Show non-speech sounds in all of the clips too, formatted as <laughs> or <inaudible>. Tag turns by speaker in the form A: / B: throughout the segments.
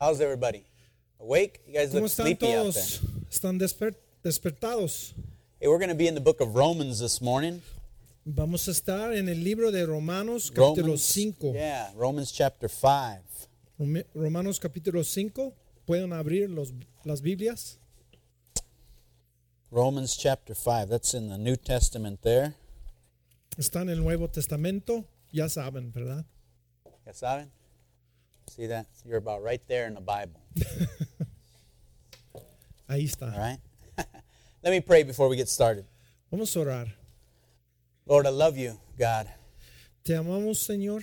A: How's everybody? Awake? You guys
B: ¿Cómo
A: look
B: están
A: sleepy out there.
B: todos? ¿Están desper- despertados?
A: Hey, we're going to be in the book of Romans this morning.
B: Vamos a estar en el libro de Romanos capítulo 5.
A: Yeah, Romans chapter 5.
B: Rome- Romanos capítulo 5. Pueden abrir los, las Biblias.
A: Romans chapter 5. That's in the New Testament there.
B: Está en el Nuevo Testamento. Ya saben, ¿verdad?
A: Ya saben? See that? You're about right there in the Bible.
B: Ahí
A: All
B: está.
A: right? <laughs> Let me pray before we get started.
B: Vamos a orar.
A: Lord, I love you, God.
B: Te amamos, Señor.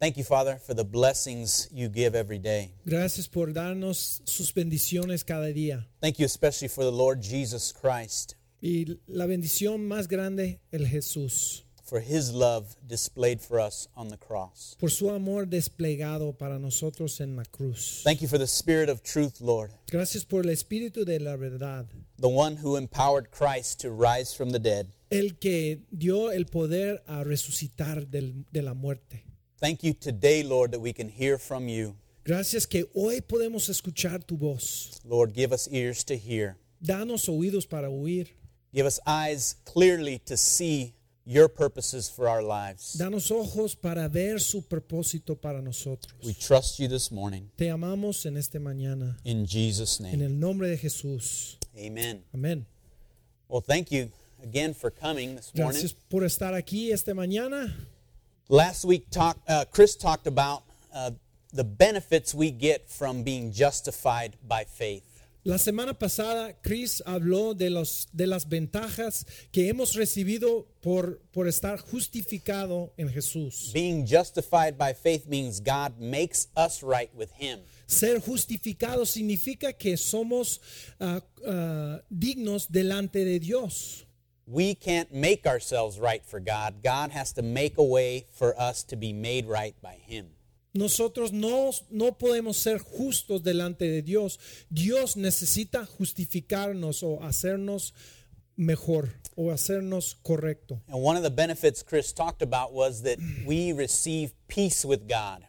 A: Thank you, Father, for the blessings you give every day.
B: Gracias por darnos sus bendiciones cada día.
A: Thank you especially for the Lord Jesus Christ,
B: Y la bendición más grande, el Jesús.
A: for his love displayed for us on the cross.
B: Por su amor desplegado para nosotros en la cruz.
A: Thank you for the Spirit of truth, Lord,
B: Gracias por el Espíritu de la verdad,
A: the one who empowered Christ to rise from the dead.
B: el que dio el poder a resucitar del- de la muerte.
A: Thank you today, Lord, that we can hear from you.
B: Gracias que hoy podemos escuchar tu voz.
A: Lord, give us ears to hear.
B: Danos oídos para oír.
A: Give us eyes clearly to see your purposes for our lives.
B: Danos ojos para ver su propósito para nosotros.
A: We trust you this morning.
B: Te amamos en esta mañana.
A: In Jesus'
B: En
A: name.
B: el nombre de Jesús.
A: Amen.
B: Amén.
A: Well, thank you again for coming this morning.
B: Gracias por estar aquí esta mañana.
A: Last week, talk, uh, Chris talked about uh, the benefits we get from being justified by faith.
B: La semana pasada, Chris habló de, los, de las ventajas que hemos recibido por, por estar justificado en Jesús.
A: Being justified by faith means God makes us right with Him.
B: Ser justificado significa que somos ah, ah, dignos delante de Dios.
A: We can't make ourselves right for God. God has to make a way for us to be made right by Him.
B: Nosotros no, no podemos ser justos delante de Dios. Dios necesita justificarnos o hacernos mejor o hacernos correcto.
A: And one of the benefits Chris talked about was that we receive peace with God.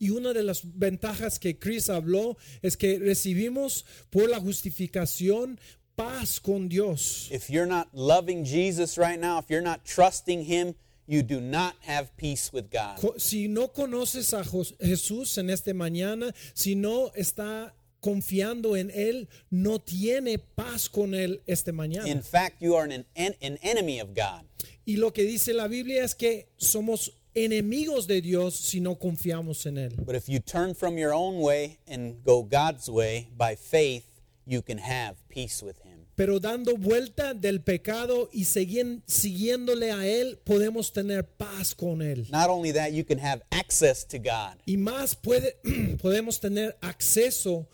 B: Y una de las ventajas que Chris habló es que recibimos por la justificación paz con Dios.
A: If you're not loving Jesus right now, if you're not trusting Him, you do not have peace with God.
B: Co- Si no conoces a Jos- Jesús en esta mañana, si no está confiando en Él, no tiene paz con Él esta
A: In
B: mañana.
A: fact, you are an, en- an enemy of God.
B: Y lo que dice la Biblia es que somos enemigos de Dios si no confiamos en Él.
A: But if you turn from your own way and go God's way by faith, you can have peace with Him.
B: Pero dando vuelta del pecado y segui- siguiéndole a Él, podemos tener paz con Él.
A: Not only that, you can have access to God
B: Y más puede, <clears throat> podemos tener acceso,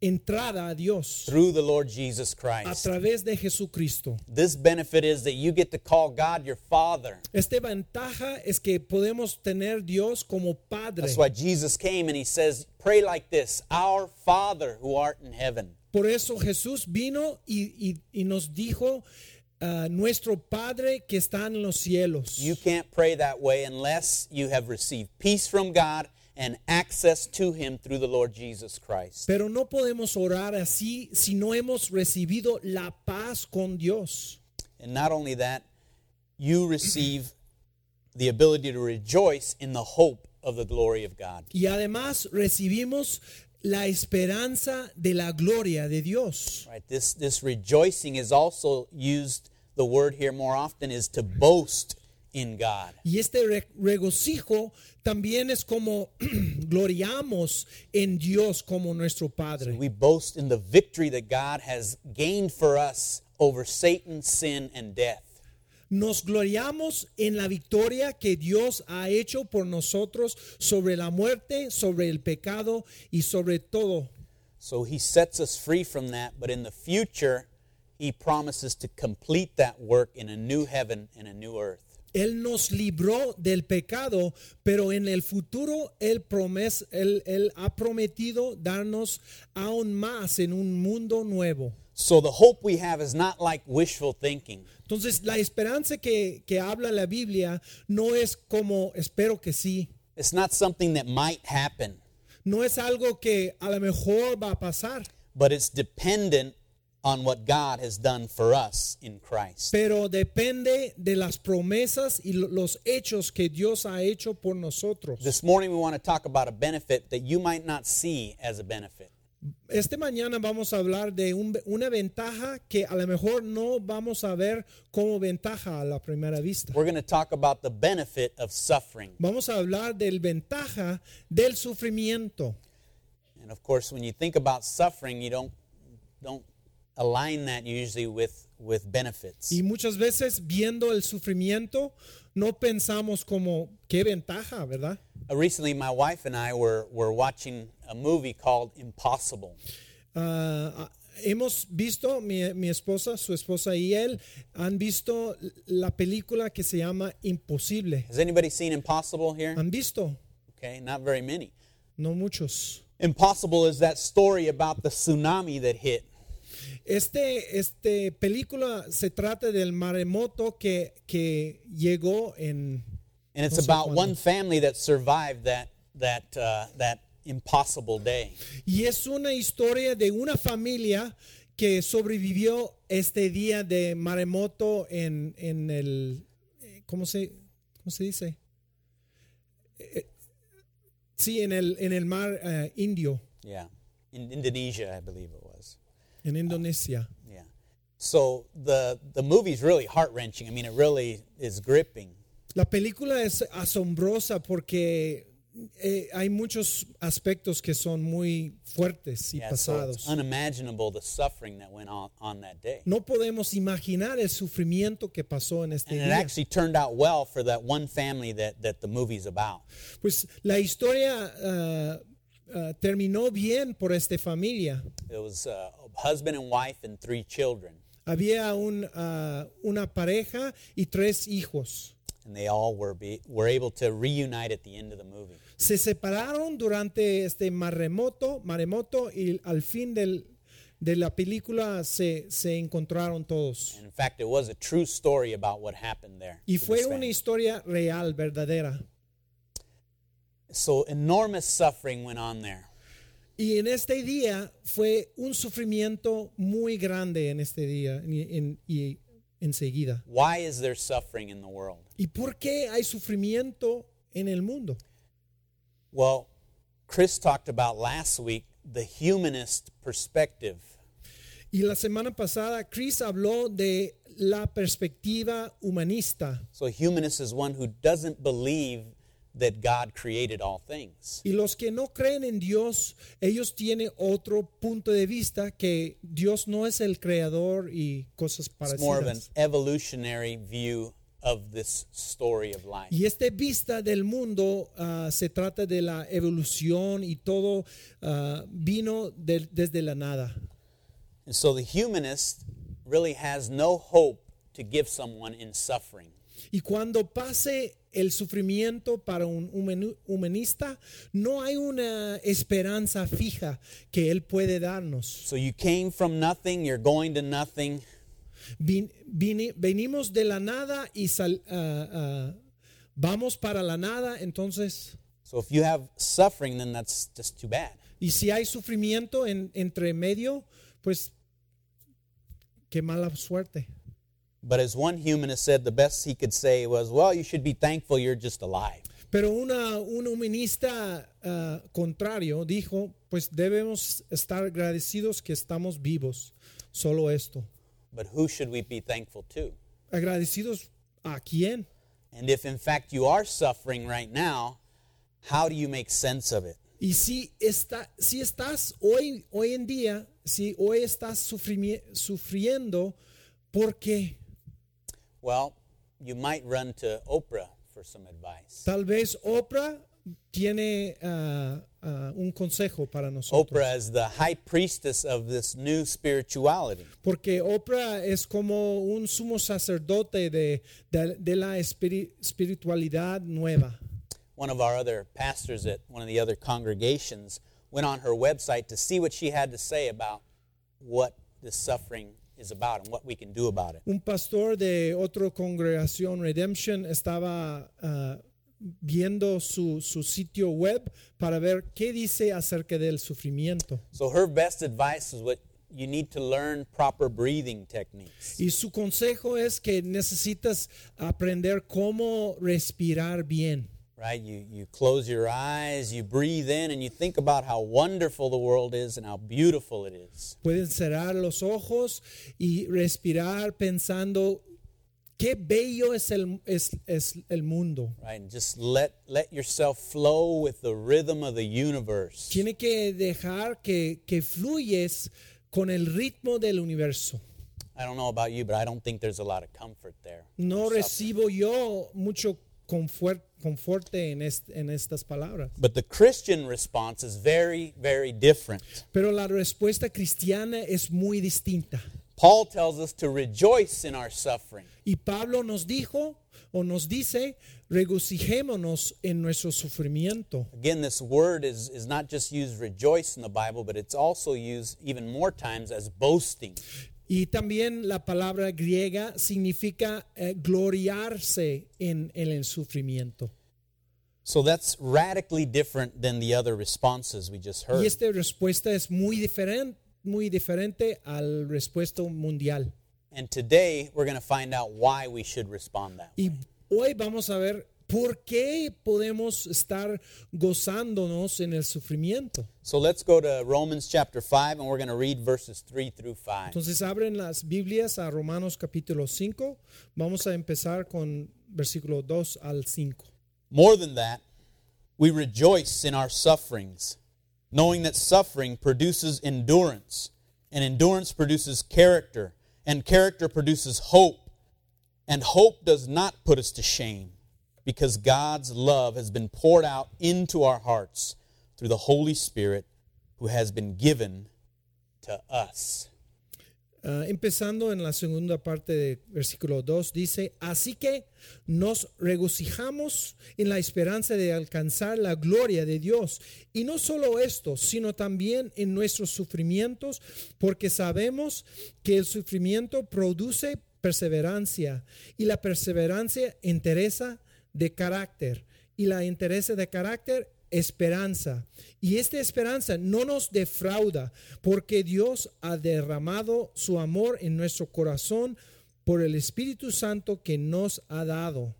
B: entrada a Dios
A: through the Lord Jesus
B: a
A: Christ.
B: través de Jesucristo.
A: This benefit is that you get to call God your Father.
B: Esta Este ventaja es que podemos tener Dios como Padre.
A: That's why Jesus came and He says, Pray like this Our Father who art in heaven.
B: Por eso Jesús vino y, y- y nos dijo, ah, nuestro Padre que está en los cielos.
A: You can't pray that way unless you have received peace from God and access to Him through the Lord Jesus Christ.
B: Pero no podemos orar así si no hemos recibido la paz con Dios.
A: And not only that, you receive the ability to rejoice in the hope of the glory of God.
B: Y además recibimos la esperanza de la gloria de Dios.
A: Right? This this rejoicing is also used the word here more often is to boast in God.
B: Y este re- regocijo también es como <clears throat> gloriamos en Dios como nuestro Padre.
A: We boast in the victory that God has gained for us over Satan, sin and death.
B: Nos gloriamos en la victoria que Dios ha hecho por nosotros sobre la muerte, sobre el pecado y sobre todo.
A: So he sets us free from that, but in the future he promises to complete that work in a new heaven and a new earth.
B: Él nos libró del pecado, pero en el futuro Él, promes- Él- Él ha prometido darnos aún más en un mundo nuevo.
A: So the hope we have is not like wishful thinking.
B: Entonces, la esperanza que, que habla la Biblia no es como espero que sí.
A: It's not something that might happen.
B: No es algo que a lo mejor va a pasar,
A: but it's dependent on what God has done for us in Christ.
B: pero depende de las promesas y lo- los hechos que Dios ha hecho por nosotros.
A: This morning, we want to talk about a benefit that you might not see as a benefit.
B: Este mañana vamos a hablar de un- una ventaja que a lo mejor no vamos a ver como ventaja a la primera vista.
A: We're going to talk about the benefit of suffering.
B: Vamos a hablar del ventaja del sufrimiento.
A: And of course, when you think about suffering, you don't don't align that usually with with benefits.
B: Y muchas veces viendo el sufrimiento no pensamos como qué ventaja, ¿verdad?
A: Uh, Recently, my wife and I were were watching a movie called Impossible.
B: Ah, ah, hemos visto, mi, mi esposa, su esposa y él han visto la película que se llama Imposible.
A: Has anybody seen Impossible here?
B: ¿Han visto?
A: Okay, not very many.
B: No muchos.
A: Impossible is that story about the tsunami that hit.
B: Este, este película se trata del maremoto que, que llegó en...
A: And it's
B: No sé
A: about
B: cuándo.
A: one family that survived that that uh, that impossible day.
B: Y es una historia de una familia que sobrevivió este día de maremoto en, en el... eh, ¿Cómo se, cómo se dice? Eh, Sí, en el, en el mar eh, Indio,
A: Yeah, in Indonesia, I believe it was.
B: en Indonesia.
A: Yeah. So the the movie's really heart wrenching. I mean, it really is gripping.
B: La película es asombrosa porque eh, hay muchos aspectos que son muy fuertes y
A: Yeah, so
B: pasados.
A: it's unimaginable the suffering that went on on that day.
B: no podemos imaginar el sufrimiento que pasó en este
A: And it
B: día.
A: actually turned out well for that one family that that the movie's about.
B: Pues la historia ah, ah, terminó bien por esta familia.
A: It was uh, a husband and wife and three children,
B: Había un, ah, una pareja y tres hijos.
A: and they all were be, were able to reunite at the end of the movie.
B: Se separaron durante este maremoto, maremoto y al fin del- de la película se, se encontraron todos.
A: And in fact, it was a true story about what happened there.
B: Y
A: to
B: fue
A: this
B: una
A: family.
B: historia real, verdadera.
A: so enormous suffering went on there.
B: Y en este día fue un sufrimiento muy grande en este día y, en- y enseguida.
A: Why is there suffering in the world?
B: ¿Y por qué hay sufrimiento en el mundo?
A: Well, Chris talked about last week the humanist perspective.
B: Y la semana pasada Chris habló de la perspectiva humanista.
A: So, a humanist is one who doesn't believe that God created all things.
B: Y los que no creen en Dios, ellos tienen otro punto de vista que Dios no es el creador y cosas
A: It's more of an
B: parecidas.
A: evolutionary view of this story of life.
B: Y esta vista del mundo ah, se trata de la evolución y todo ah, vino del- desde la nada.
A: And so, the humanist really has no hope to give someone in suffering.
B: Y cuando pase el sufrimiento para un humanu- humanista, no hay una esperanza fija que Él puede darnos.
A: So, you came from nothing, you're going to nothing.
B: Vin- vine- venimos de la nada y sal- ah, ah, vamos para la nada, entonces,
A: So, if you have suffering, then that's just too bad.
B: y si hay sufrimiento en- entre medio, pues qué mala suerte.
A: But as one humanist said, the best he could say was, well, you should be thankful you're just alive.
B: Pero una, un humanista ah, contrario dijo, pues debemos estar agradecidos que estamos vivos, solo esto.
A: But who should we be thankful to?
B: agradecidos a quién?
A: And if in fact you are suffering right now, how do you make sense of it?
B: Y si, está, si estás hoy, hoy en día, si hoy estás sufrimi- sufriendo, ¿por qué?
A: Well, you might run to Oprah for some advice.
B: Tal vez Oprah tiene ah, ah, un consejo para nosotros.
A: Oprah is the high priestess of this new spirituality.
B: Porque Oprah es como un sumo sacerdote de, de- de la espiri- espiritualidad nueva.
A: One of our other pastors at one of the other congregations went on her website to see what she had to say about what this suffering is about and what we can do about it.
B: Un pastor de otra congregación, Redemption, estaba ah, viendo su, su sitio web para ver qué dice acerca del sufrimiento.
A: So her best advice is what you need to learn proper breathing techniques.
B: Y su consejo es que necesitas aprender cómo respirar bien.
A: Right? You you close your eyes, you breathe in and you think about how wonderful the world is and how beautiful it is.
B: Pueden cerrar los ojos y respirar pensando qué bello es el, es, es el mundo.
A: Right? And just let let yourself flow with the rhythm of the universe.
B: Tiene que dejar que, que fluyes con el ritmo del universo.
A: I don't know about you, but I don't think there's a lot of comfort there.
B: No
A: Suffering.
B: recibo yo mucho confort, conforte en, est- en estas palabras.
A: But the Christian response is very, very different.
B: Pero la respuesta cristiana es muy distinta.
A: Paul tells us to rejoice in our suffering.
B: Y Pablo nos dijo o nos dice, regocijémonos en nuestro sufrimiento.
A: Again, this word is, is not just used rejoice in the Bible, but it's also used even more times as boasting.
B: Y también la palabra griega significa eh, gloriarse en, en el sufrimiento.
A: So that's radically different than the other responses we just
B: Y
A: heard.
B: esta respuesta es muy diferente, muy diferente a la respuesta mundial.
A: And today we're going to find out why we should respond that way.
B: Y hoy vamos a ver por qué podemos estar gozándonos en el sufrimiento.
A: So let's go to Romans chapter 5, and we're going to read verses 3 through 5.
B: Entonces abren las Biblias a Romanos capítulo 5. Vamos a empezar con versículo 2 al 5.
A: More than that, we rejoice in our sufferings, knowing that suffering produces endurance, and endurance produces character, and character produces hope. And hope does not put us to shame, because God's love has been poured out into our hearts through the Holy Spirit who has been given to us.
B: Ah, empezando en la segunda parte de versículo 2 dice, así que nos regocijamos en la esperanza de alcanzar la gloria de Dios. Y no solo esto, sino también en nuestros sufrimientos, porque sabemos que el sufrimiento produce perseverancia y la perseverancia entereza de carácter y la entereza de carácter esperanza. Y esta esperanza no nos defrauda, porque Dios ha derramado su amor en nuestro corazón por el Espíritu Santo que nos ha dado.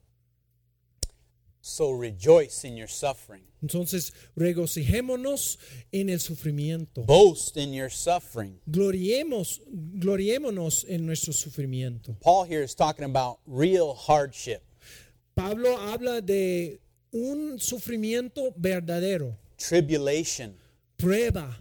A: So rejoice in your suffering,
B: Entonces, regocijémonos en el sufrimiento.
A: boast in your suffering.
B: Gloriemos, gloriémonos en nuestro sufrimiento.
A: Paul here is talking about real hardship.
B: Pablo habla de un sufrimiento verdadero,
A: tribulation,
B: prueba.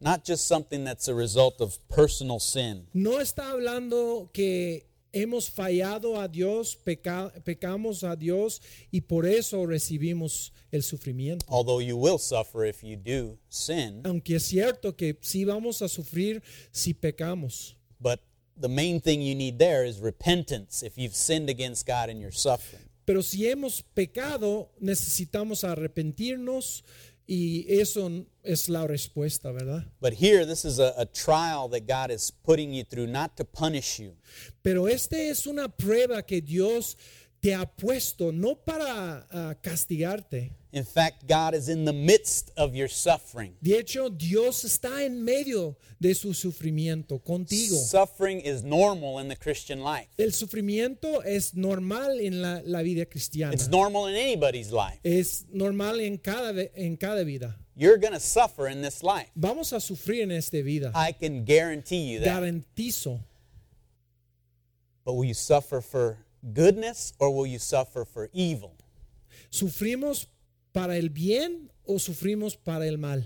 A: not just something that's a result of personal sin.
B: No está hablando que hemos fallado a Dios, peca- pecamos a Dios y por eso recibimos el sufrimiento.
A: Although you will suffer if you do sin,
B: Aunque es cierto que sí vamos a sufrir si pecamos.
A: but the main thing you need there is repentance if you've sinned against God in your suffering.
B: Pero si hemos pecado, necesitamos arrepentirnos y eso n- es la respuesta, ¿verdad?
A: But here, this is a, a trial that God is putting you through, not to punish you,
B: Pero esta es una prueba que Dios te ha puesto, no para ah, castigarte.
A: in fact, God is in the midst of your suffering.
B: De hecho, Dios está en medio de su sufrimiento contigo.
A: Suffering is normal in the Christian life.
B: El sufrimiento es normal en la, la vida cristiana.
A: It's normal in anybody's life.
B: Es normal en cada, ve- en cada vida.
A: You're going to suffer in this life.
B: Vamos a sufrir en esta vida.
A: I can guarantee you that.
B: Garantizo.
A: But will you suffer for goodness or will you suffer for evil?
B: ¿Sufrimos para el bien o sufrimos para el mal?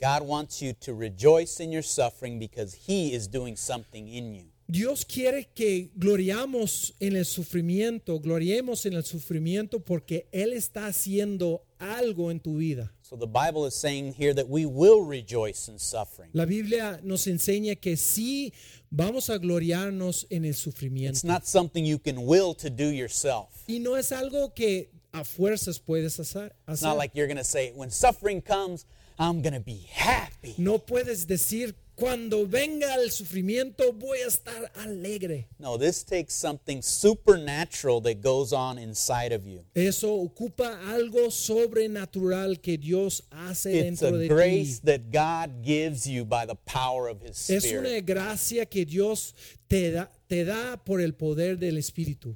A: God wants you to rejoice in your suffering because He is doing something in you.
B: Dios quiere que gloriamos en el sufrimiento, gloriemos en el sufrimiento porque Él está haciendo algo en tu vida.
A: So the Bible is saying here that we will rejoice in suffering.
B: La Biblia nos enseña que sí vamos a gloriarnos en el sufrimiento.
A: It's not something you can will to do yourself.
B: Y no es algo que a fuerzas puedes hacer.
A: It's
B: hacer.
A: not like you're going to say, when suffering comes, I'm going to be happy.
B: no puedes decir Cuando venga el sufrimiento, voy a estar alegre.
A: No, this takes something supernatural that goes on inside of you.
B: Eso ocupa algo sobrenatural que Dios hace
A: It's
B: dentro
A: a
B: de
A: grace
B: ti.
A: that God gives you by the power of His
B: Es una
A: Spirit.
B: gracia que Dios te da, te da por el poder del Espíritu.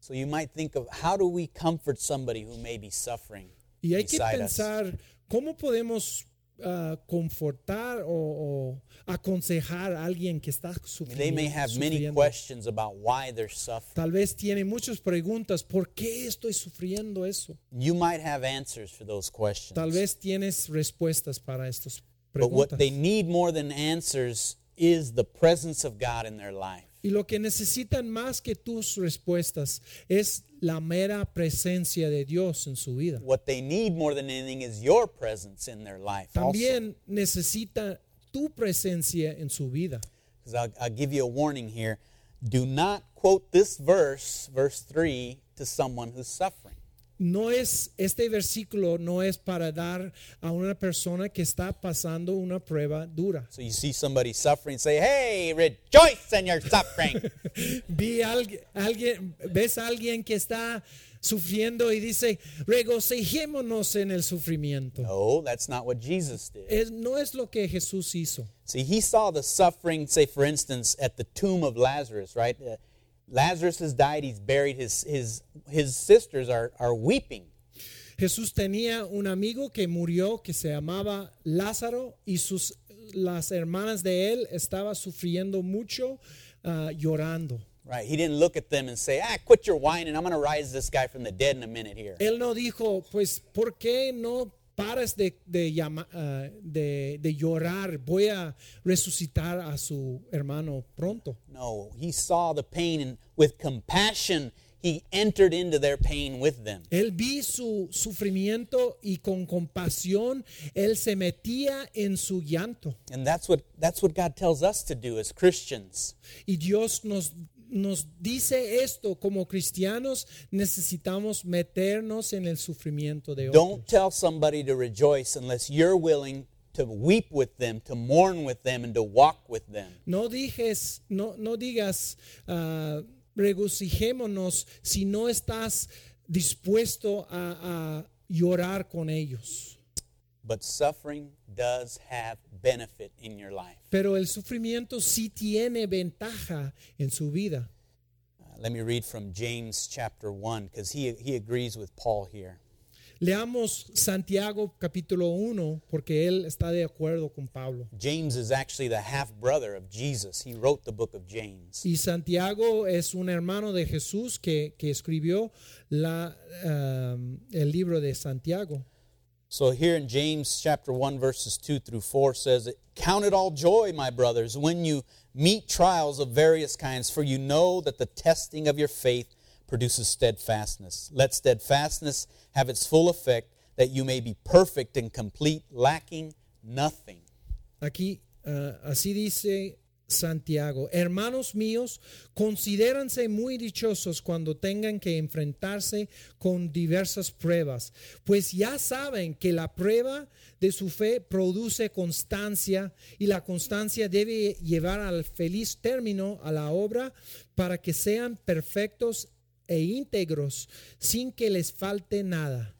A: So you might think of how do we comfort somebody who may be suffering
B: Y hay que
A: beside us?
B: pensar cómo podemos ah, confortar o, o aconsejar a alguien que está sufrimi- sufriendo.
A: They may have many questions about why they're suffering.
B: Tal vez tiene muchas preguntas. ¿Por qué estoy sufriendo eso?
A: You might have answers for those questions.
B: Tal vez tienes respuestas para estas
A: But
B: preguntas.
A: what they need more than answers is the presence of God in their life.
B: Y lo que necesitan más que tus respuestas es la mera presencia de Dios en su vida.
A: What they need more than anything is your presence in their life.
B: También necesita tu presencia en su vida.
A: Because I'll, I'll give you a warning here. Do not quote this verse, verse 3, to someone who's suffering.
B: No es este versículo no es para dar a una persona que está pasando una prueba dura.
A: So you see somebody suffering, say, hey, rejoice in your suffering.
B: Vi al- alguien ves a alguien que está sufriendo y dice, "Regocijémonos en el sufrimiento."
A: no, that's not what Jesus did.
B: Es- no es lo que Jesús hizo.
A: See, he saw the suffering, say, for instance, at the tomb of Lazarus, right? Uh, Lazarus has died, he's buried, his, his, his sisters are, are weeping.
B: Jesús tenía un amigo que murió que se llamaba Lázaro y sus las hermanas de él estaba sufriendo mucho ah, llorando.
A: Right. He didn't look at them and say, ah, quit your whining. I'm going to rise this guy from the dead in a minute here.
B: Él no dijo, pues, ¿por qué no paras de, de llama- ah, de- de llorar? Voy a resucitar a su hermano pronto.
A: No, he saw the pain and with compassion, he entered into their pain with them.
B: Él vi su sufrimiento y con compasión él se metía en su llanto.
A: And that's what, that's what God tells us to do as Christians.
B: Y Dios nos, nos dice esto, como cristianos necesitamos meternos en el sufrimiento de otros.
A: Don't tell somebody to rejoice unless you're willing to weep with them, to mourn with them, and to walk with them.
B: No, dijes, no, no digas, ah, regocijémonos si no estás dispuesto a, a llorar con ellos.
A: But suffering does have benefit in your life.
B: Pero el sufrimiento sí tiene ventaja en su vida.
A: Uh, let me read from James chapter 1 because he, he agrees with Paul here.
B: Leamos Santiago capítulo 1 porque él está de acuerdo con Pablo.
A: James is actually the half brother of Jesus. He wrote the book of James.
B: Y Santiago es un hermano de Jesús que, que escribió la, ah, el libro de Santiago.
A: So here in James chapter 1 verses 2 through 4 says, "Count it all joy, my brothers, when you meet trials of various kinds, for you know that the testing of your faith produces steadfastness. Let steadfastness have its full effect, that you may be perfect and complete, lacking nothing."
B: Aquí ah, así dice Santiago, hermanos míos, considéranse muy dichosos cuando tengan que enfrentarse con diversas pruebas, pues ya saben que la prueba de su fe produce constancia y la constancia debe llevar al feliz término a la obra para que sean perfectos e íntegros sin que les falte nada.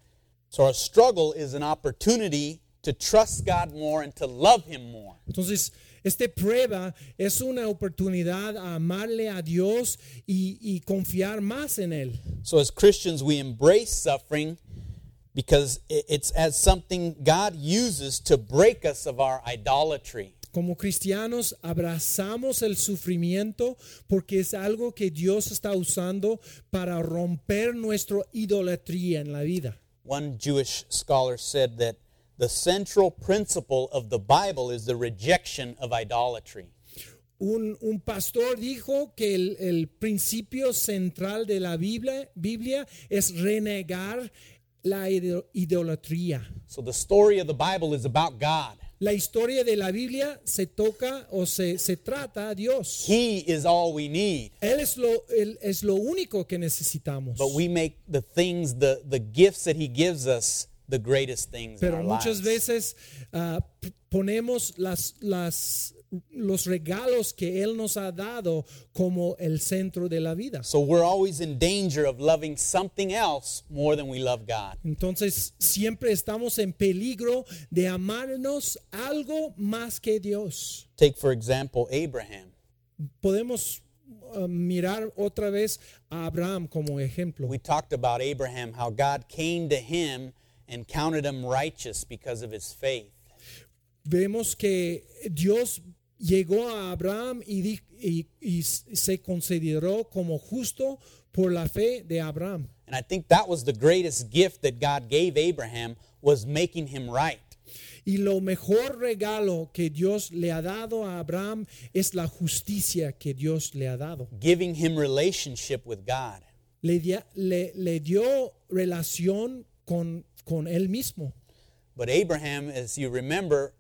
A: So our struggle is an opportunity to trust God more and to love him more.
B: Entonces, esta prueba es una oportunidad a amarle a Dios y, y confiar más en Él.
A: So, as Christians, we embrace suffering because i- it's as something God uses to break us of our idolatry.
B: Como cristianos abrazamos el sufrimiento porque es algo que Dios está usando para romper nuestra idolatría en la vida.
A: One Jewish scholar said that the central principle of the Bible is the rejection of idolatry.
B: Un, un pastor dijo que el, el principio central de la Biblia, Biblia es renegar la ido- idolatría.
A: So, the story of the Bible is about God.
B: La historia de la Biblia se toca o se, se trata a Dios.
A: He is all we need.
B: Él es lo, él es lo único que necesitamos.
A: But we make the things, the, the gifts that He gives us, the greatest things in
B: Pero
A: our
B: muchas
A: lives.
B: veces ah, p- ponemos las, las los regalos que Él nos ha dado como el centro de la vida.
A: So we're always in danger of loving something else more than we love God.
B: Entonces siempre estamos en peligro de amarnos algo más que Dios.
A: Take, for example, Abraham.
B: Podemos uh, mirar otra vez a Abraham como ejemplo.
A: We talked about Abraham, how God came to him and counted him righteous because of his faith.
B: Vemos que Dios llegó a Abraham y, di- y- y se consideró como justo por la fe de Abraham.
A: And I think that was the greatest gift that God gave Abraham was making him right.
B: Y lo mejor regalo que Dios le ha dado a Abraham es la justicia que Dios le ha dado.
A: giving him relationship with God.
B: Le, di- le- le dio relación con, con él mismo.
A: But Abraham, as you remember,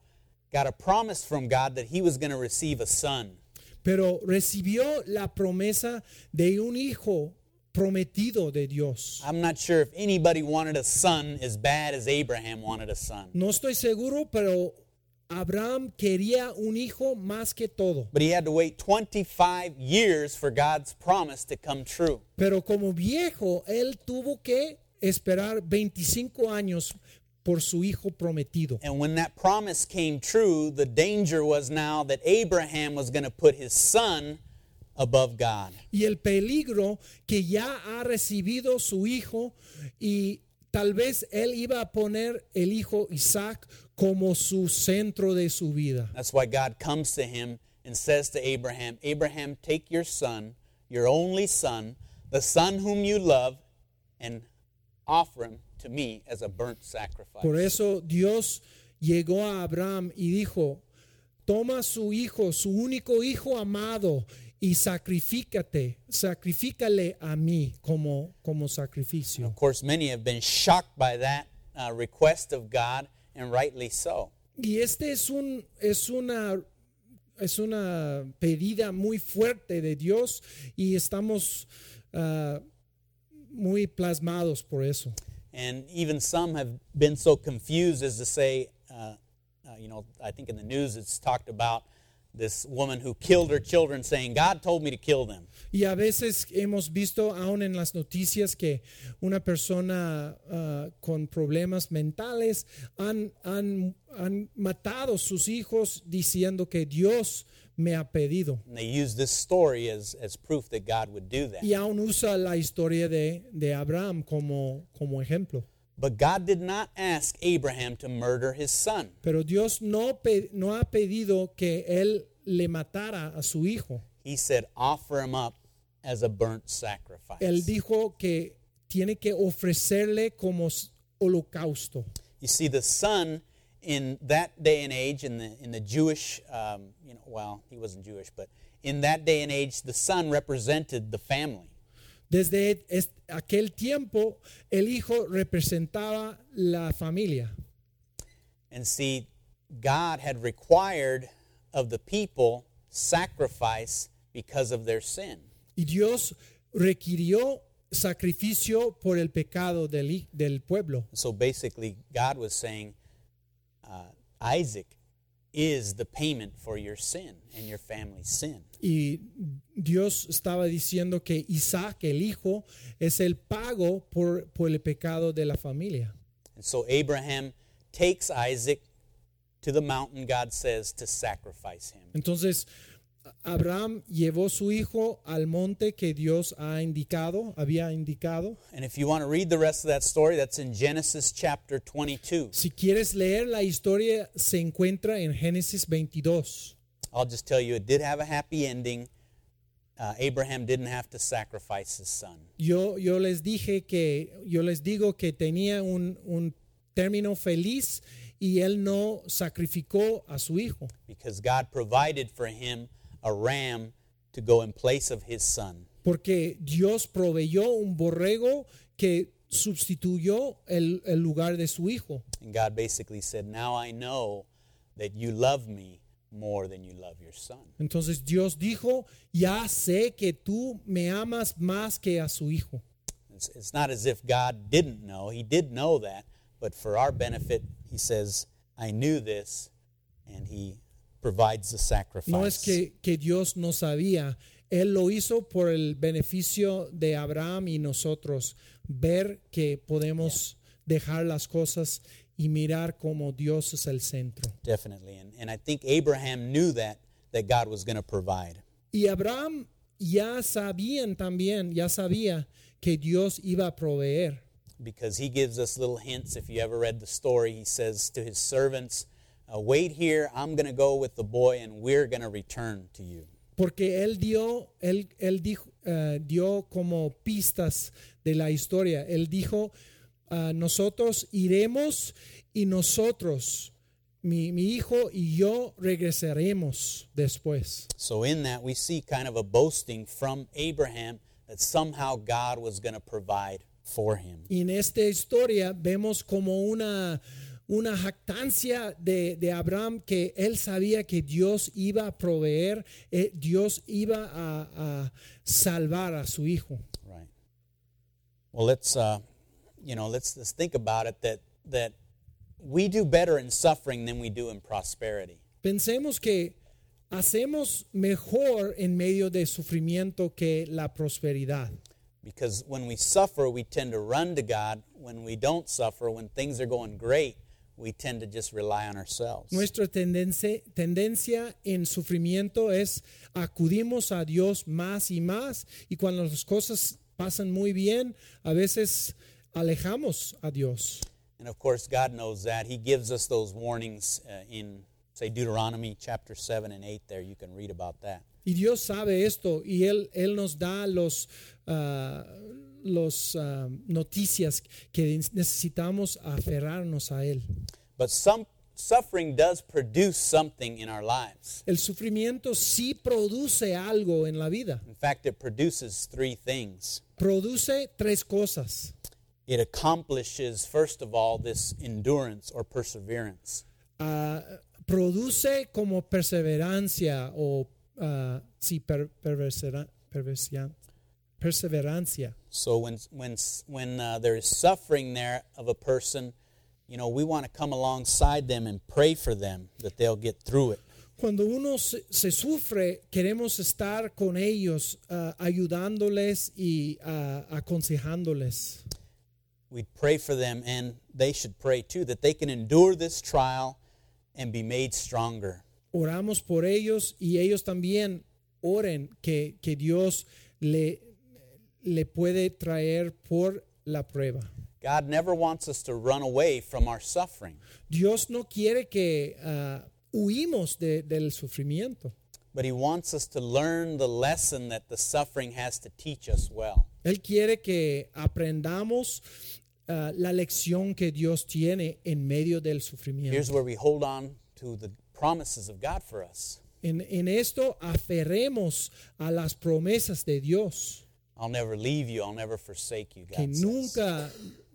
A: got a promise from God that he was going to receive a son.
B: Pero recibió la promesa de un hijo prometido de Dios.
A: I'm not sure if anybody wanted a son as bad as Abraham wanted a son.
B: No estoy seguro, pero Abraham quería un hijo más que todo.
A: But he had to wait 25 years for God's promise to come true.
B: Pero como viejo, él tuvo que esperar 25 años por su hijo prometido.
A: And when that promise came true, the danger was now that Abraham was going to put his son above God.
B: Y el peligro que ya ha recibido su hijo y tal vez él iba a poner el hijo Isaac como su centro de su vida.
A: That's why God comes to him and says to Abraham, Abraham, take your son, your only son, the son whom you love, and offer him to me as a burnt sacrifice.
B: Por eso Dios llegó a Abraham y dijo, toma su hijo, su único hijo amado, y sacrifícate, sacrifícale a mí como, como sacrificio.
A: Of course, many have been shocked by that uh, request of God, and rightly so.
B: Y este es un es una es una pedida muy fuerte de Dios y estamos ah, muy plasmados por eso.
A: And even some have been so confused as to say, uh, uh, you know, I think in the news it's talked about this woman who killed her children saying, God told me to kill them.
B: Y a veces hemos visto aún en las noticias que una persona ah, con problemas mentales han, han, han matado sus hijos diciendo que Dios me ha pedido.
A: And they use this story as, as proof that God would do that.
B: Y aún usa la historia de, de Abraham como, como ejemplo.
A: But God did not ask Abraham to murder his son.
B: Pero Dios no, pe- no ha pedido que él le matara a su hijo.
A: He said, offer him up as a burnt sacrifice.
B: Él dijo que tiene que ofrecerle como s- holocausto.
A: you see, the son in that day and age, in the, in the Jewish, um, you know, well, he wasn't Jewish, but in that day and age, the son represented the family.
B: Desde es- aquel tiempo, el hijo representaba la familia.
A: And see, God had required of the people sacrifice because of their sin.
B: Y Dios requirió sacrificio por el pecado del, hi- del pueblo.
A: So basically, God was saying, uh, Isaac is the payment for your sin and your family's sin.
B: Y Dios estaba diciendo que Isaac, el hijo, es el pago por, por el pecado de la familia.
A: And so Abraham takes Isaac to the mountain, God says, to sacrifice him.
B: Entonces, Abraham llevó su hijo al monte que Dios ha indicado, había indicado.
A: And if you want to read the rest of that story, that's in Genesis chapter 22.
B: Si quieres leer la historia, se encuentra en Génesis 22.
A: I'll just tell you, it did have a happy ending. Uh, Abraham didn't have to sacrifice his son.
B: Yo, yo les dije que, yo les digo que tenía un, un término feliz y él no sacrificó a su hijo,
A: because God provided for him a ram to go in place of his son.
B: porque Dios proveyó un borrego que sustituyó el, el lugar de su hijo.
A: And God basically said, Now I know that you love me more than you love your son.
B: Entonces Dios dijo, ya sé que tú me amas más que a su hijo.
A: It's, it's not as if God didn't know. He did know that. But for our benefit, he says, I knew this. And he provides the sacrifice.
B: No es que, que Dios no sabía. Él lo hizo por el beneficio de Abraham y nosotros. Ver que podemos dejar las cosas y mirar cómo Dios es el centro.
A: Definitely. And, and I think Abraham knew that, that God was going to provide.
B: Y Abraham ya sabían también, ya sabía que Dios iba a proveer.
A: because he gives us little hints. If you ever read the story, he says to his servants, uh, Wait here, I'm going to go with the boy, and we're going to return to you.
B: Porque él dio, él, él dijo, eh, dio como pistas de la historia. Él dijo, ah, nosotros iremos y nosotros, mi, mi hijo y yo regresaremos después.
A: So, in that, we see kind of a boasting from Abraham that somehow God was going to provide for him.
B: Y en esta historia vemos como una, una jactancia de, de Abraham que él sabía que Dios iba a proveer, eh, Dios iba a, a salvar a su hijo.
A: Right. Well, let's, uh, you know, let's, let's think about it that, that we do better in suffering than we do in prosperity.
B: Pensemos que hacemos mejor en medio de sufrimiento que la prosperidad.
A: Because when we suffer, we tend to run to God. When we don't suffer, when things are going great, we tend to just rely on ourselves.
B: Nuestra tendencia, tendencia en sufrimiento es acudimos a Dios más y más y cuando las cosas pasan muy bien, a veces alejamos a Dios.
A: And of course, God knows that. He gives us those warnings uh, in, say, Deuteronomy chapter 7 and 8 there. You can read about that.
B: Y Dios sabe esto y Él, Él nos da los, ah, los ah, noticias que necesitamos aferrarnos a Él.
A: But some suffering does produce something in our lives.
B: El sufrimiento sí produce algo en la vida.
A: In fact, it produces three things.
B: Produce tres cosas.
A: It accomplishes, first of all, this endurance or perseverance.
B: Ah, produce como perseverancia o ah, sí, per- perversera- perversia- perseverancia.
A: So when when when uh, there is suffering there of a person, you know, we want to come alongside them and pray for them that they'll get through it.
B: Cuando uno se, se sufre, queremos estar con ellos, ah, ayudándoles y ah, aconsejándoles.
A: We pray for them and they should pray too that they can endure this trial and be made stronger.
B: oramos por ellos y ellos también oren que, que Dios le, le puede traer por la prueba.
A: God never wants us to run away from our suffering,
B: Dios no quiere que ah, huimos de- del sufrimiento.
A: but he wants us to learn the lesson that the suffering has to teach us well.
B: Él quiere que aprendamos ah, la lección que Dios tiene en medio del sufrimiento.
A: Here's where we hold on to the promises of God for us.
B: En, en esto aferremos a las promesas de Dios,
A: I'll never leave you, I'll never forsake you, God.
B: que
A: says.
B: nunca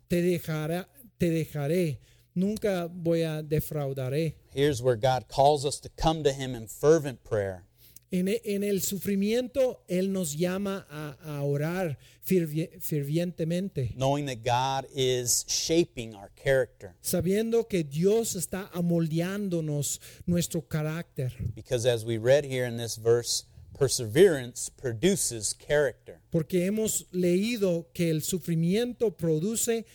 B: te, dejará, te dejaré, nunca voy a defraudaré.
A: Here's where God calls us to come to Him in fervent prayer.
B: En, e- en el sufrimiento, Él nos llama a, a orar firvi- fervientemente,
A: knowing that God is shaping our character.
B: sabiendo que Dios está amoldeándonos nuestro carácter.
A: Because as we read here in this verse, perseverance produces character.
B: Porque hemos leído que el sufrimiento produce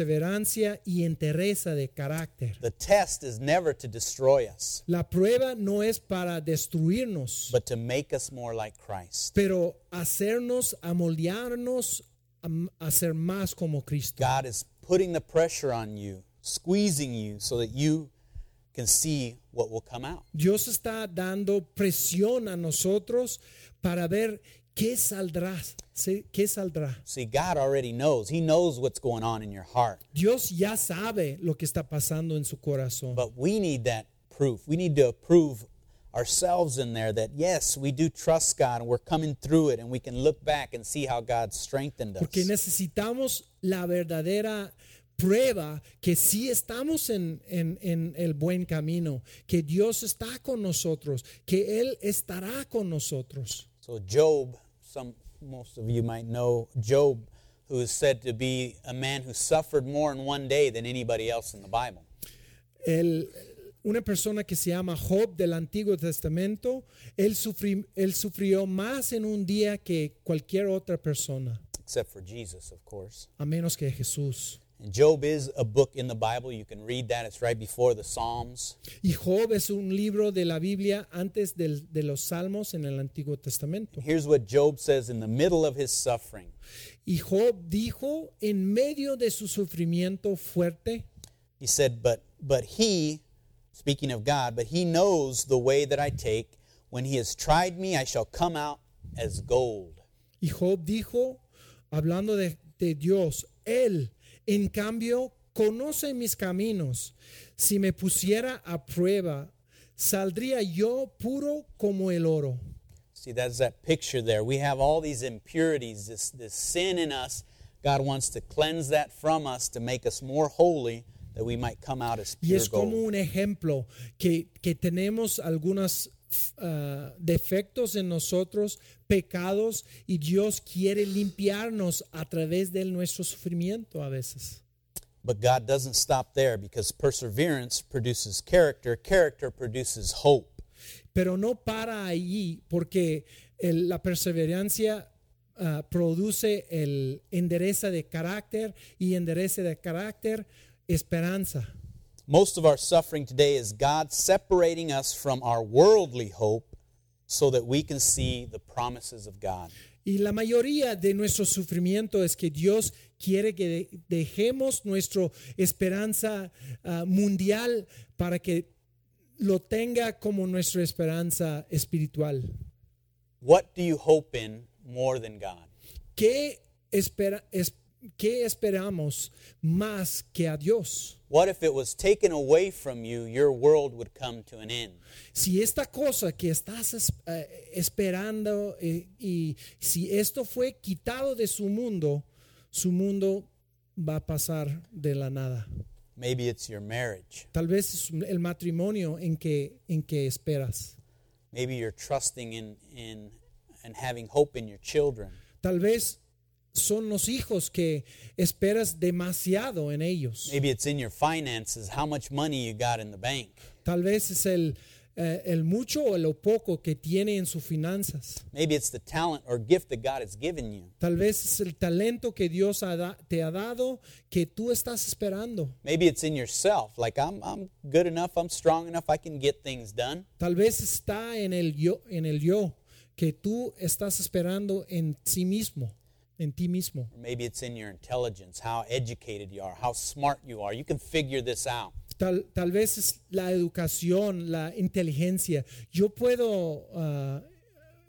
B: perseverancia y entereza de carácter.
A: The test is never to destroy us,
B: La prueba no es para destruirnos,
A: but to make us more like Christ.
B: pero hacernos, amoldearnos, am- a ser más como Cristo.
A: God is putting the pressure on you, squeezing you, so that you can see what will come out.
B: Dios está dando presión a nosotros para ver qué saldrá, se- qué saldrá.
A: See, God already knows. He knows what's going on in your heart.
B: Dios ya sabe lo que está pasando en su corazón,
A: But we need that proof. We need to approve ourselves in there that yes, we do trust God and we're coming through it and we can look back and see how God strengthened us.
B: porque necesitamos la verdadera prueba que sí estamos en, en- en el buen camino, que Dios está con nosotros, que Él estará con nosotros.
A: So Job, some most of you might know Job, who is said to be a man who suffered more in one day than anybody else in the Bible.
B: El, una persona que se llama Job del Antiguo Testamento, él, sufri- él sufrió más en un día que cualquier otra persona,
A: except for Jesus, of course.
B: a menos que Jesús.
A: And Job is a book in the Bible. You can read that. It's right before the Psalms.
B: Y Job es un libro de la Biblia antes del- de los Salmos en el Antiguo Testamento.
A: Here's what Job says in the middle of his suffering
B: Y Job dijo en medio de su sufrimiento fuerte,
A: He said, But, but he, speaking of God, but he knows the way that I take. When he has tried me, I shall come out as gold.
B: y Job dijo, hablando de, de Dios, Él, en cambio, conoce mis caminos. Si me pusiera a prueba, saldría yo puro como el oro.
A: See, that's that picture there. We have all these impurities, this, this sin in us. God wants to cleanse that from us to make us more holy that we might come out as
B: Y
A: pure
B: es como
A: gold.
B: un ejemplo que, que tenemos algunos defectos en nosotros, pecados, y Dios quiere limpiarnos a través de nuestro sufrimiento a veces.
A: But God doesn't stop there because perseverance produces character, character produces hope.
B: Pero no para allí, porque el- la perseverancia ah, produce el endereza de carácter y endereza de carácter esperanza.
A: Most of our suffering today is God separating us from our worldly hope so that we can see the promises of God.
B: Y la mayoría de nuestro sufrimiento es que Dios quiere que de- dejemos nuestra esperanza ah, mundial para que lo tenga como nuestra esperanza espiritual.
A: What do you hope in more than God?
B: ¿Qué, espera- es- ¿Qué esperamos más que a Dios?
A: What if it was taken away from you, your world would come to an end?
B: Si esta cosa que estás es- eh, esperando eh, y si esto fue quitado de su mundo, su mundo va a pasar de la nada.
A: Maybe it's your marriage.
B: Tal vez es el matrimonio en que, en que esperas.
A: Maybe you're trusting in, in and having hope in your children.
B: Tal vez son los hijos que esperas demasiado en ellos.
A: Maybe it's in your finances, how much money you got in the bank.
B: Tal vez es el, eh, el mucho o lo poco que tiene en sus finanzas.
A: Maybe it's the talent or gift that God has given you.
B: Tal vez es el talento que Dios ha da- te ha dado que tú estás esperando.
A: Maybe it's in yourself, like I'm, I'm good enough, I'm strong enough, I can get things done.
B: Tal vez está en el yo, en el yo que tú estás esperando en sí mismo, en ti mismo.
A: Or maybe it's in your intelligence, how educated you are, how smart you are. You can figure this out.
B: Tal, tal vez es la educación, la inteligencia. Yo puedo, ah,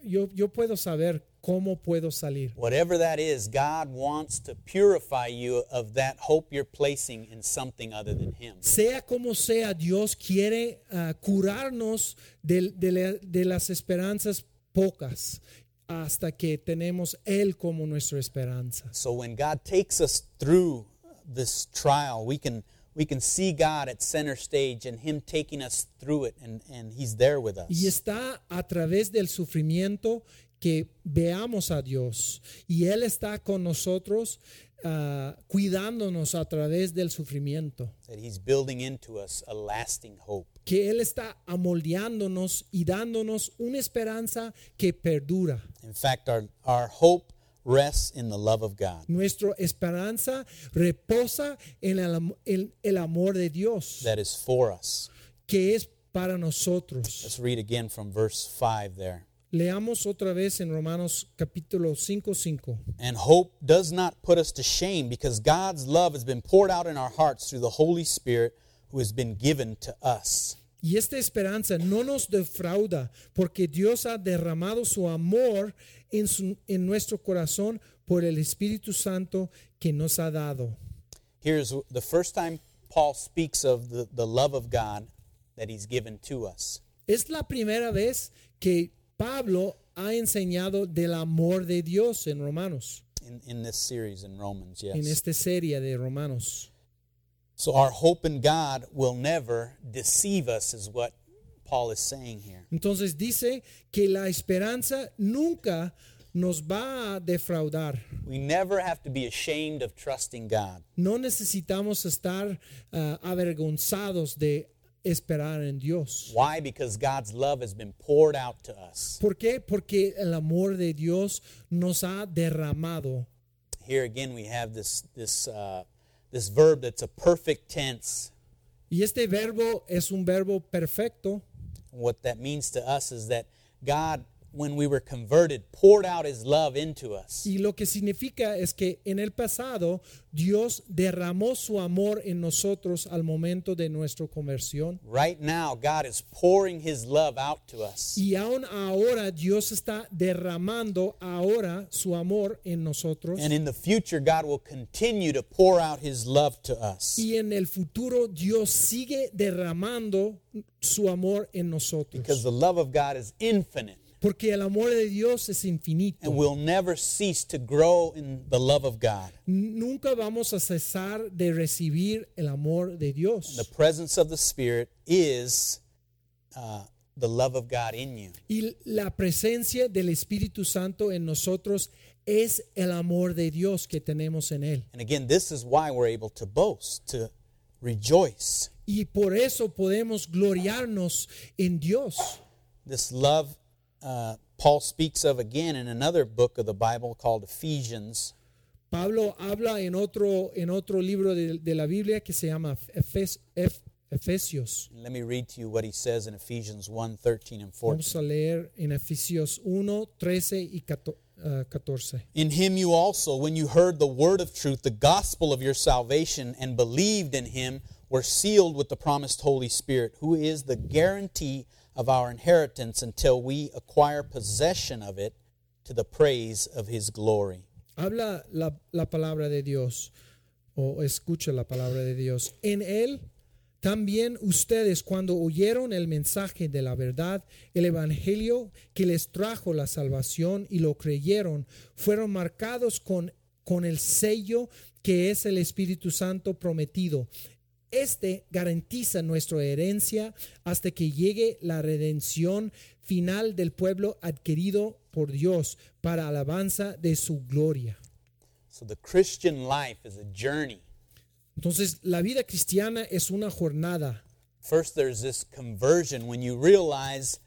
B: yo, yo puedo saber cómo puedo salir.
A: Whatever that is, God wants to purify you of that hope you're placing in something other than Him.
B: Sea como sea, Dios quiere ah, curarnos del- de, la- de las esperanzas pocas hasta que tenemos Él como nuestra esperanza.
A: So when God takes us through this trial, we can we can see God at center stage and Him taking us through it, and, and He's there with us.
B: Y está a través del sufrimiento que veamos a Dios. Y Él está con nosotros ah, cuidándonos a través del sufrimiento.
A: That He's building into us a lasting hope.
B: que Él está amoldeándonos y dándonos una esperanza que perdura.
A: In fact, our, our hope rests in the love of God.
B: Nuestra esperanza reposa en el, am- en el amor de Dios,
A: that is for us.
B: que es para nosotros.
A: Let's read again from verse 5 there.
B: Leamos otra vez en Romanos capítulo 5, 5.
A: And hope does not put us to shame because God's love has been poured out in our hearts through the Holy Spirit who has been given to us.
B: Y esta esperanza no nos defrauda, porque Dios ha derramado su amor en, su- en nuestro corazón por el Espíritu Santo que nos ha dado.
A: Here's the first time Paul speaks of the, the love of God that he's given to us.
B: Es la primera vez que Pablo ha enseñado del amor de Dios en Romanos,
A: In, in this series in Romans,
B: en
A: yes.
B: esta serie de Romanos.
A: So, our hope in God will never deceive us, is what Paul is saying here.
B: Entonces dice que la esperanza nunca nos va a defraudar.
A: We never have to be ashamed of trusting God.
B: No necesitamos estar ah, avergonzados de esperar en Dios.
A: Why? Because God's love has been poured out to us.
B: ¿Por qué? Porque el amor de Dios nos ha derramado.
A: Here again, we have this, this, uh, this verb that's a perfect tense.
B: Y este verbo es un verbo perfecto.
A: What that means to us is that God, when we were converted, poured out his love into us.
B: Y lo que significa es que en el pasado Dios derramó su amor en nosotros al momento de nuestra conversión.
A: Right now, God is pouring his love out to us.
B: Y aún ahora Dios está derramando ahora su amor en nosotros.
A: And in the future, God will continue to pour out his love to us.
B: y en el futuro Dios sigue derramando su amor en
A: Because
B: nosotros.
A: the love of God is infinite
B: Porque el amor de Dios es infinito.
A: and will never cease to grow in the love of God.
B: Nunca vamos a cesar de recibir el amor de
A: The
B: Dios.
A: presence of the Spirit is uh, the love of God in you.
B: Y la presencia del Espíritu Santo en nosotros es el amor de Dios que tenemos en Él.
A: And again, this is why we're able to boast, to rejoice.
B: Y por eso podemos gloriarnos en Dios.
A: This love, uh, Paul speaks of again in another book of the Bible called Ephesians.
B: Pablo habla en otro, en otro libro de, de la Biblia que se llama Efes- Ef- Efesios.
A: Let me read to you what he says in Ephesians 1 13 and 14.
B: Vamos a leer en Efesios 1, 13 y cato- ah, 14.
A: In him you also, when you heard the word of truth, the gospel of your salvation, and believed in him, were sealed with the promised Holy Spirit, who is the guarantee of our inheritance until we acquire possession of it to the praise of his glory.
B: Habla la, la palabra de Dios o escucha la palabra de Dios. En él también ustedes cuando oyeron el mensaje de la verdad, el evangelio que les trajo la salvación y lo creyeron, fueron marcados con, con el sello que es el Espíritu Santo prometido. Este garantiza nuestra herencia hasta que llegue la redención final del pueblo adquirido por Dios para alabanza de su gloria.
A: So the Christian life is a journey.
B: Entonces, la vida cristiana es una jornada.
A: First, there's this conversion when you realize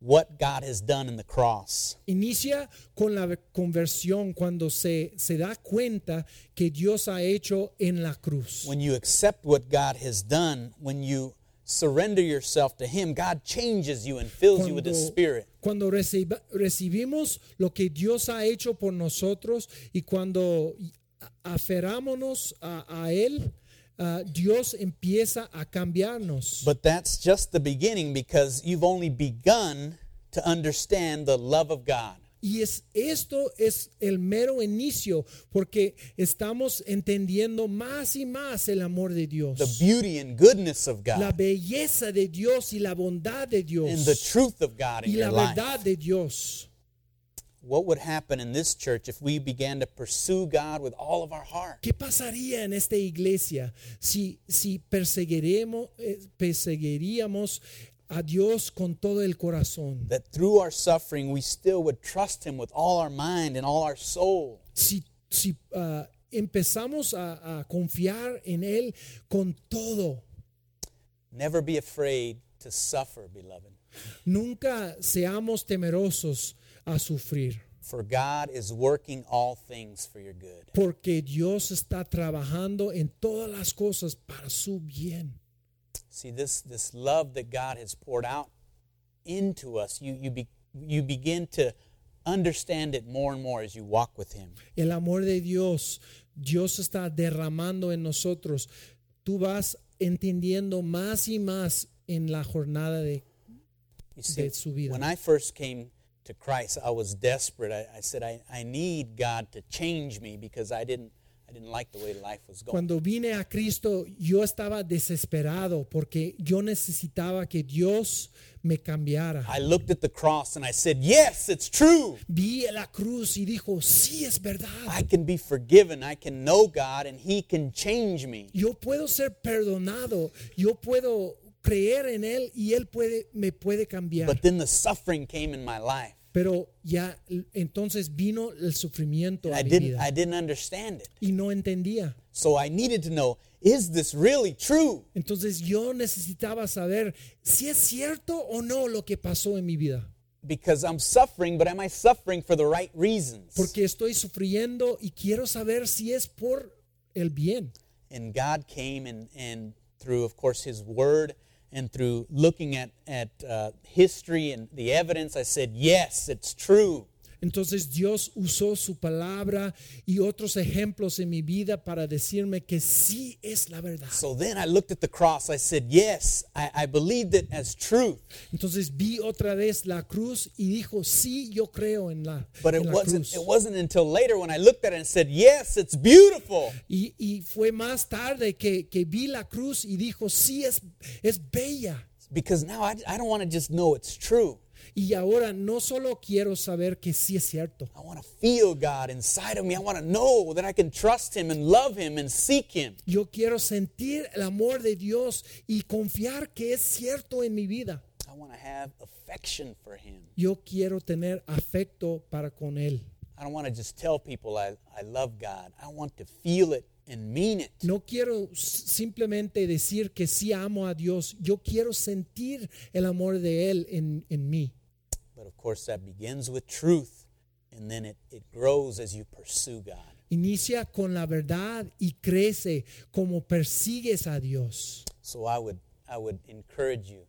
A: what God has done in the cross.
B: Inicia con la conversión cuando se, se da cuenta que Dios ha hecho en la cruz.
A: When you accept what God has done, when you surrender yourself to Him, God changes you and fills you with His Spirit.
B: cuando reciba- recibimos lo que Dios ha hecho por nosotros y cuando a- aferrámonos a, a Él, ah, Dios empieza a cambiarnos.
A: But that's just the beginning because you've only begun to understand the love of God.
B: y es, esto es el mero inicio porque estamos entendiendo más y más el amor de Dios.
A: The beauty and goodness of
B: la
A: God
B: belleza de Dios y la bondad de Dios
A: and the truth of God in
B: y
A: your
B: la
A: life.
B: verdad de Dios.
A: What would happen in this church if we began to pursue God with all of our heart?
B: ¿Qué pasaría en esta iglesia si, si perseguiremos, eh, perseguiríamos a Dios con todo el corazón?
A: That through our suffering, we still would trust Him with all our mind and all our soul.
B: Si, si ah, empezamos a, a confiar en Él con todo,
A: Never be afraid to suffer, beloved.
B: nunca seamos temerosos a sufrir,
A: For God is working all things for your good.
B: porque Dios está trabajando en todas las cosas para su bien.
A: See this this love that God has poured out into us. You you be, you begin to understand it more and more as you walk with Him.
B: El amor de Dios, Dios está derramando en nosotros. Tú vas entendiendo más y más en la jornada de...
A: You see,
B: De su vida.
A: when I first came to Christ, I was desperate. I, I said, I, I need God to change me because I didn't I didn't like the way life was going.
B: Cuando vine a Cristo, yo estaba desesperado porque yo necesitaba que Dios me cambiara.
A: I looked at the cross and I said, Yes, it's true.
B: Vi la cruz y dijo, sí es verdad.
A: I can be forgiven. I can know God and He can change me.
B: Yo puedo ser perdonado, yo puedo creer en Él y Él puede, me puede cambiar.
A: But then the suffering came in my life.
B: Pero ya l- entonces vino el sufrimiento a
A: I
B: mi
A: didn't,
B: vida
A: I didn't understand it.
B: y no entendía.
A: So I needed to know is this really true?
B: Entonces yo necesitaba saber si es cierto o no lo que pasó en mi vida.
A: Because I'm suffering, but am I suffering for the right reasons?
B: Porque estoy sufriendo y quiero saber si es por el bien.
A: And God came and, and through, of course, His Word and through looking at, at uh, history and the evidence, I said, yes, it's true.
B: Entonces Dios usó su palabra y otros ejemplos en mi vida para decirme que sí es la verdad.
A: So then I looked at the cross. I said, yes, I, I believed it as truth.
B: Entonces vi otra vez la cruz y dijo, sí, yo creo en la,
A: But it
B: en la
A: wasn't,
B: cruz.
A: it wasn't until later when I looked at it and said, yes, it's beautiful.
B: Y, y fue más tarde que, que vi la cruz y dijo, sí, es, es bella.
A: Because now I, I don't want to just know it's true.
B: Y ahora no solo quiero saber que sí es cierto,
A: I want to feel God inside of me. I want to know that I can trust Him and love Him and seek Him.
B: yo quiero sentir el amor de Dios y confiar que es cierto en mi vida.
A: I want to have affection for Him.
B: Yo quiero tener afecto para con Él.
A: I don't want to just tell people I, I love God. I want to feel it and mean it.
B: No quiero s- simplemente decir que sí amo a Dios, yo quiero sentir el amor de Él en, en mí.
A: But of course, that begins with truth, and then it, it grows as you pursue God.
B: Inicia con la verdad y crece como persigues a Dios.
A: So I would, I would encourage you,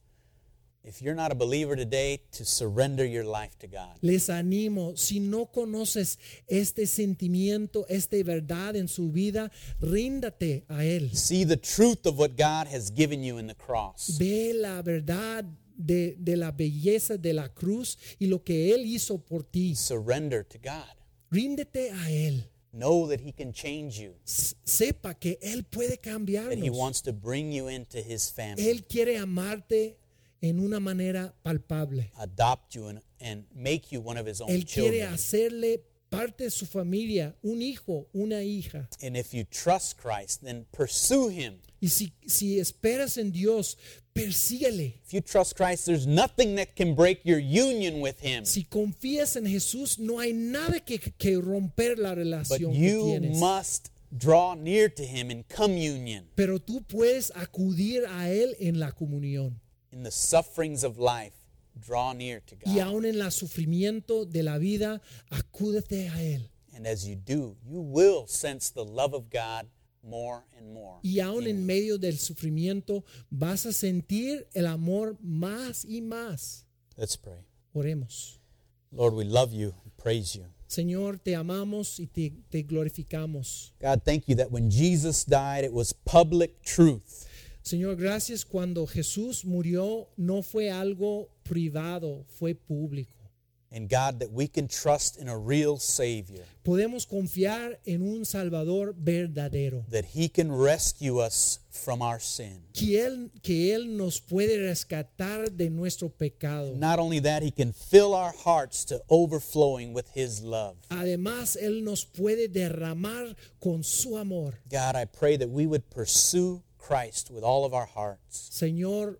A: if you're not a believer today, to surrender your life to God.
B: Les animo, si no conoces este sentimiento, esta verdad en su vida, ríndate a Él.
A: See the truth of what God has given you in the cross.
B: Ve la verdad de, de la belleza de la cruz y lo que Él hizo por ti.
A: Surrender to God.
B: Ríndete a Él.
A: Know that He can change you,
B: S- Sepa que Él puede
A: that He
B: cambiarnos.
A: wants to bring you into His family,
B: Él quiere amarte en una manera palpable.
A: adopt you, and, and make you one of His own
B: Él quiere
A: children.
B: hacerle parte de su familia, un hijo, una hija.
A: And if you trust Christ, then pursue Him.
B: Y si, si esperas en Dios, persíguele.
A: If you trust Christ, there's nothing that can break your union with Him.
B: Si confías en Jesús, no hay nada que, que romper la
A: But
B: relación que
A: you
B: tienes.
A: must draw near to Him in communion.
B: Pero tú puedes acudir a Él en la comunión
A: in the sufferings of life, draw near to
B: y
A: God.
B: aún en el sufrimiento de la vida, acúdete a Él.
A: And as you do, you will sense the love of God more and more.
B: Y aún en medio del sufrimiento vas a sentir el amor más y más.
A: Let's pray.
B: Oremos.
A: Lord, we love you, and praise you.
B: Señor, te amamos y te, te glorificamos.
A: God, thank you that when Jesus died, it was public truth.
B: Señor, gracias cuando Jesús murió no fue algo privado, fue público.
A: And God, that we can trust in a real Savior,
B: Podemos confiar en un Salvador verdadero.
A: that He can rescue us from our sin.
B: que él, que él nos puede rescatar de nuestro pecado.
A: Not only that, He can fill our hearts to overflowing with His love.
B: Además, Él nos puede derramar con su amor.
A: God, I pray that we would pursue Christ with all of our hearts.
B: Señor,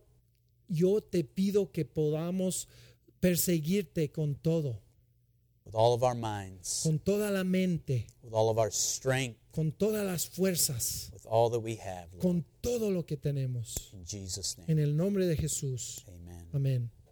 B: yo te pido que podamos perseguirte con todo,
A: with all of our minds,
B: con toda la mente,
A: with all of our strength,
B: con todas las fuerzas,
A: with all that we have. Lord.
B: con todo lo que tenemos.
A: In Jesus' name,
B: En el nombre de Jesús.
A: amen.
B: Amén.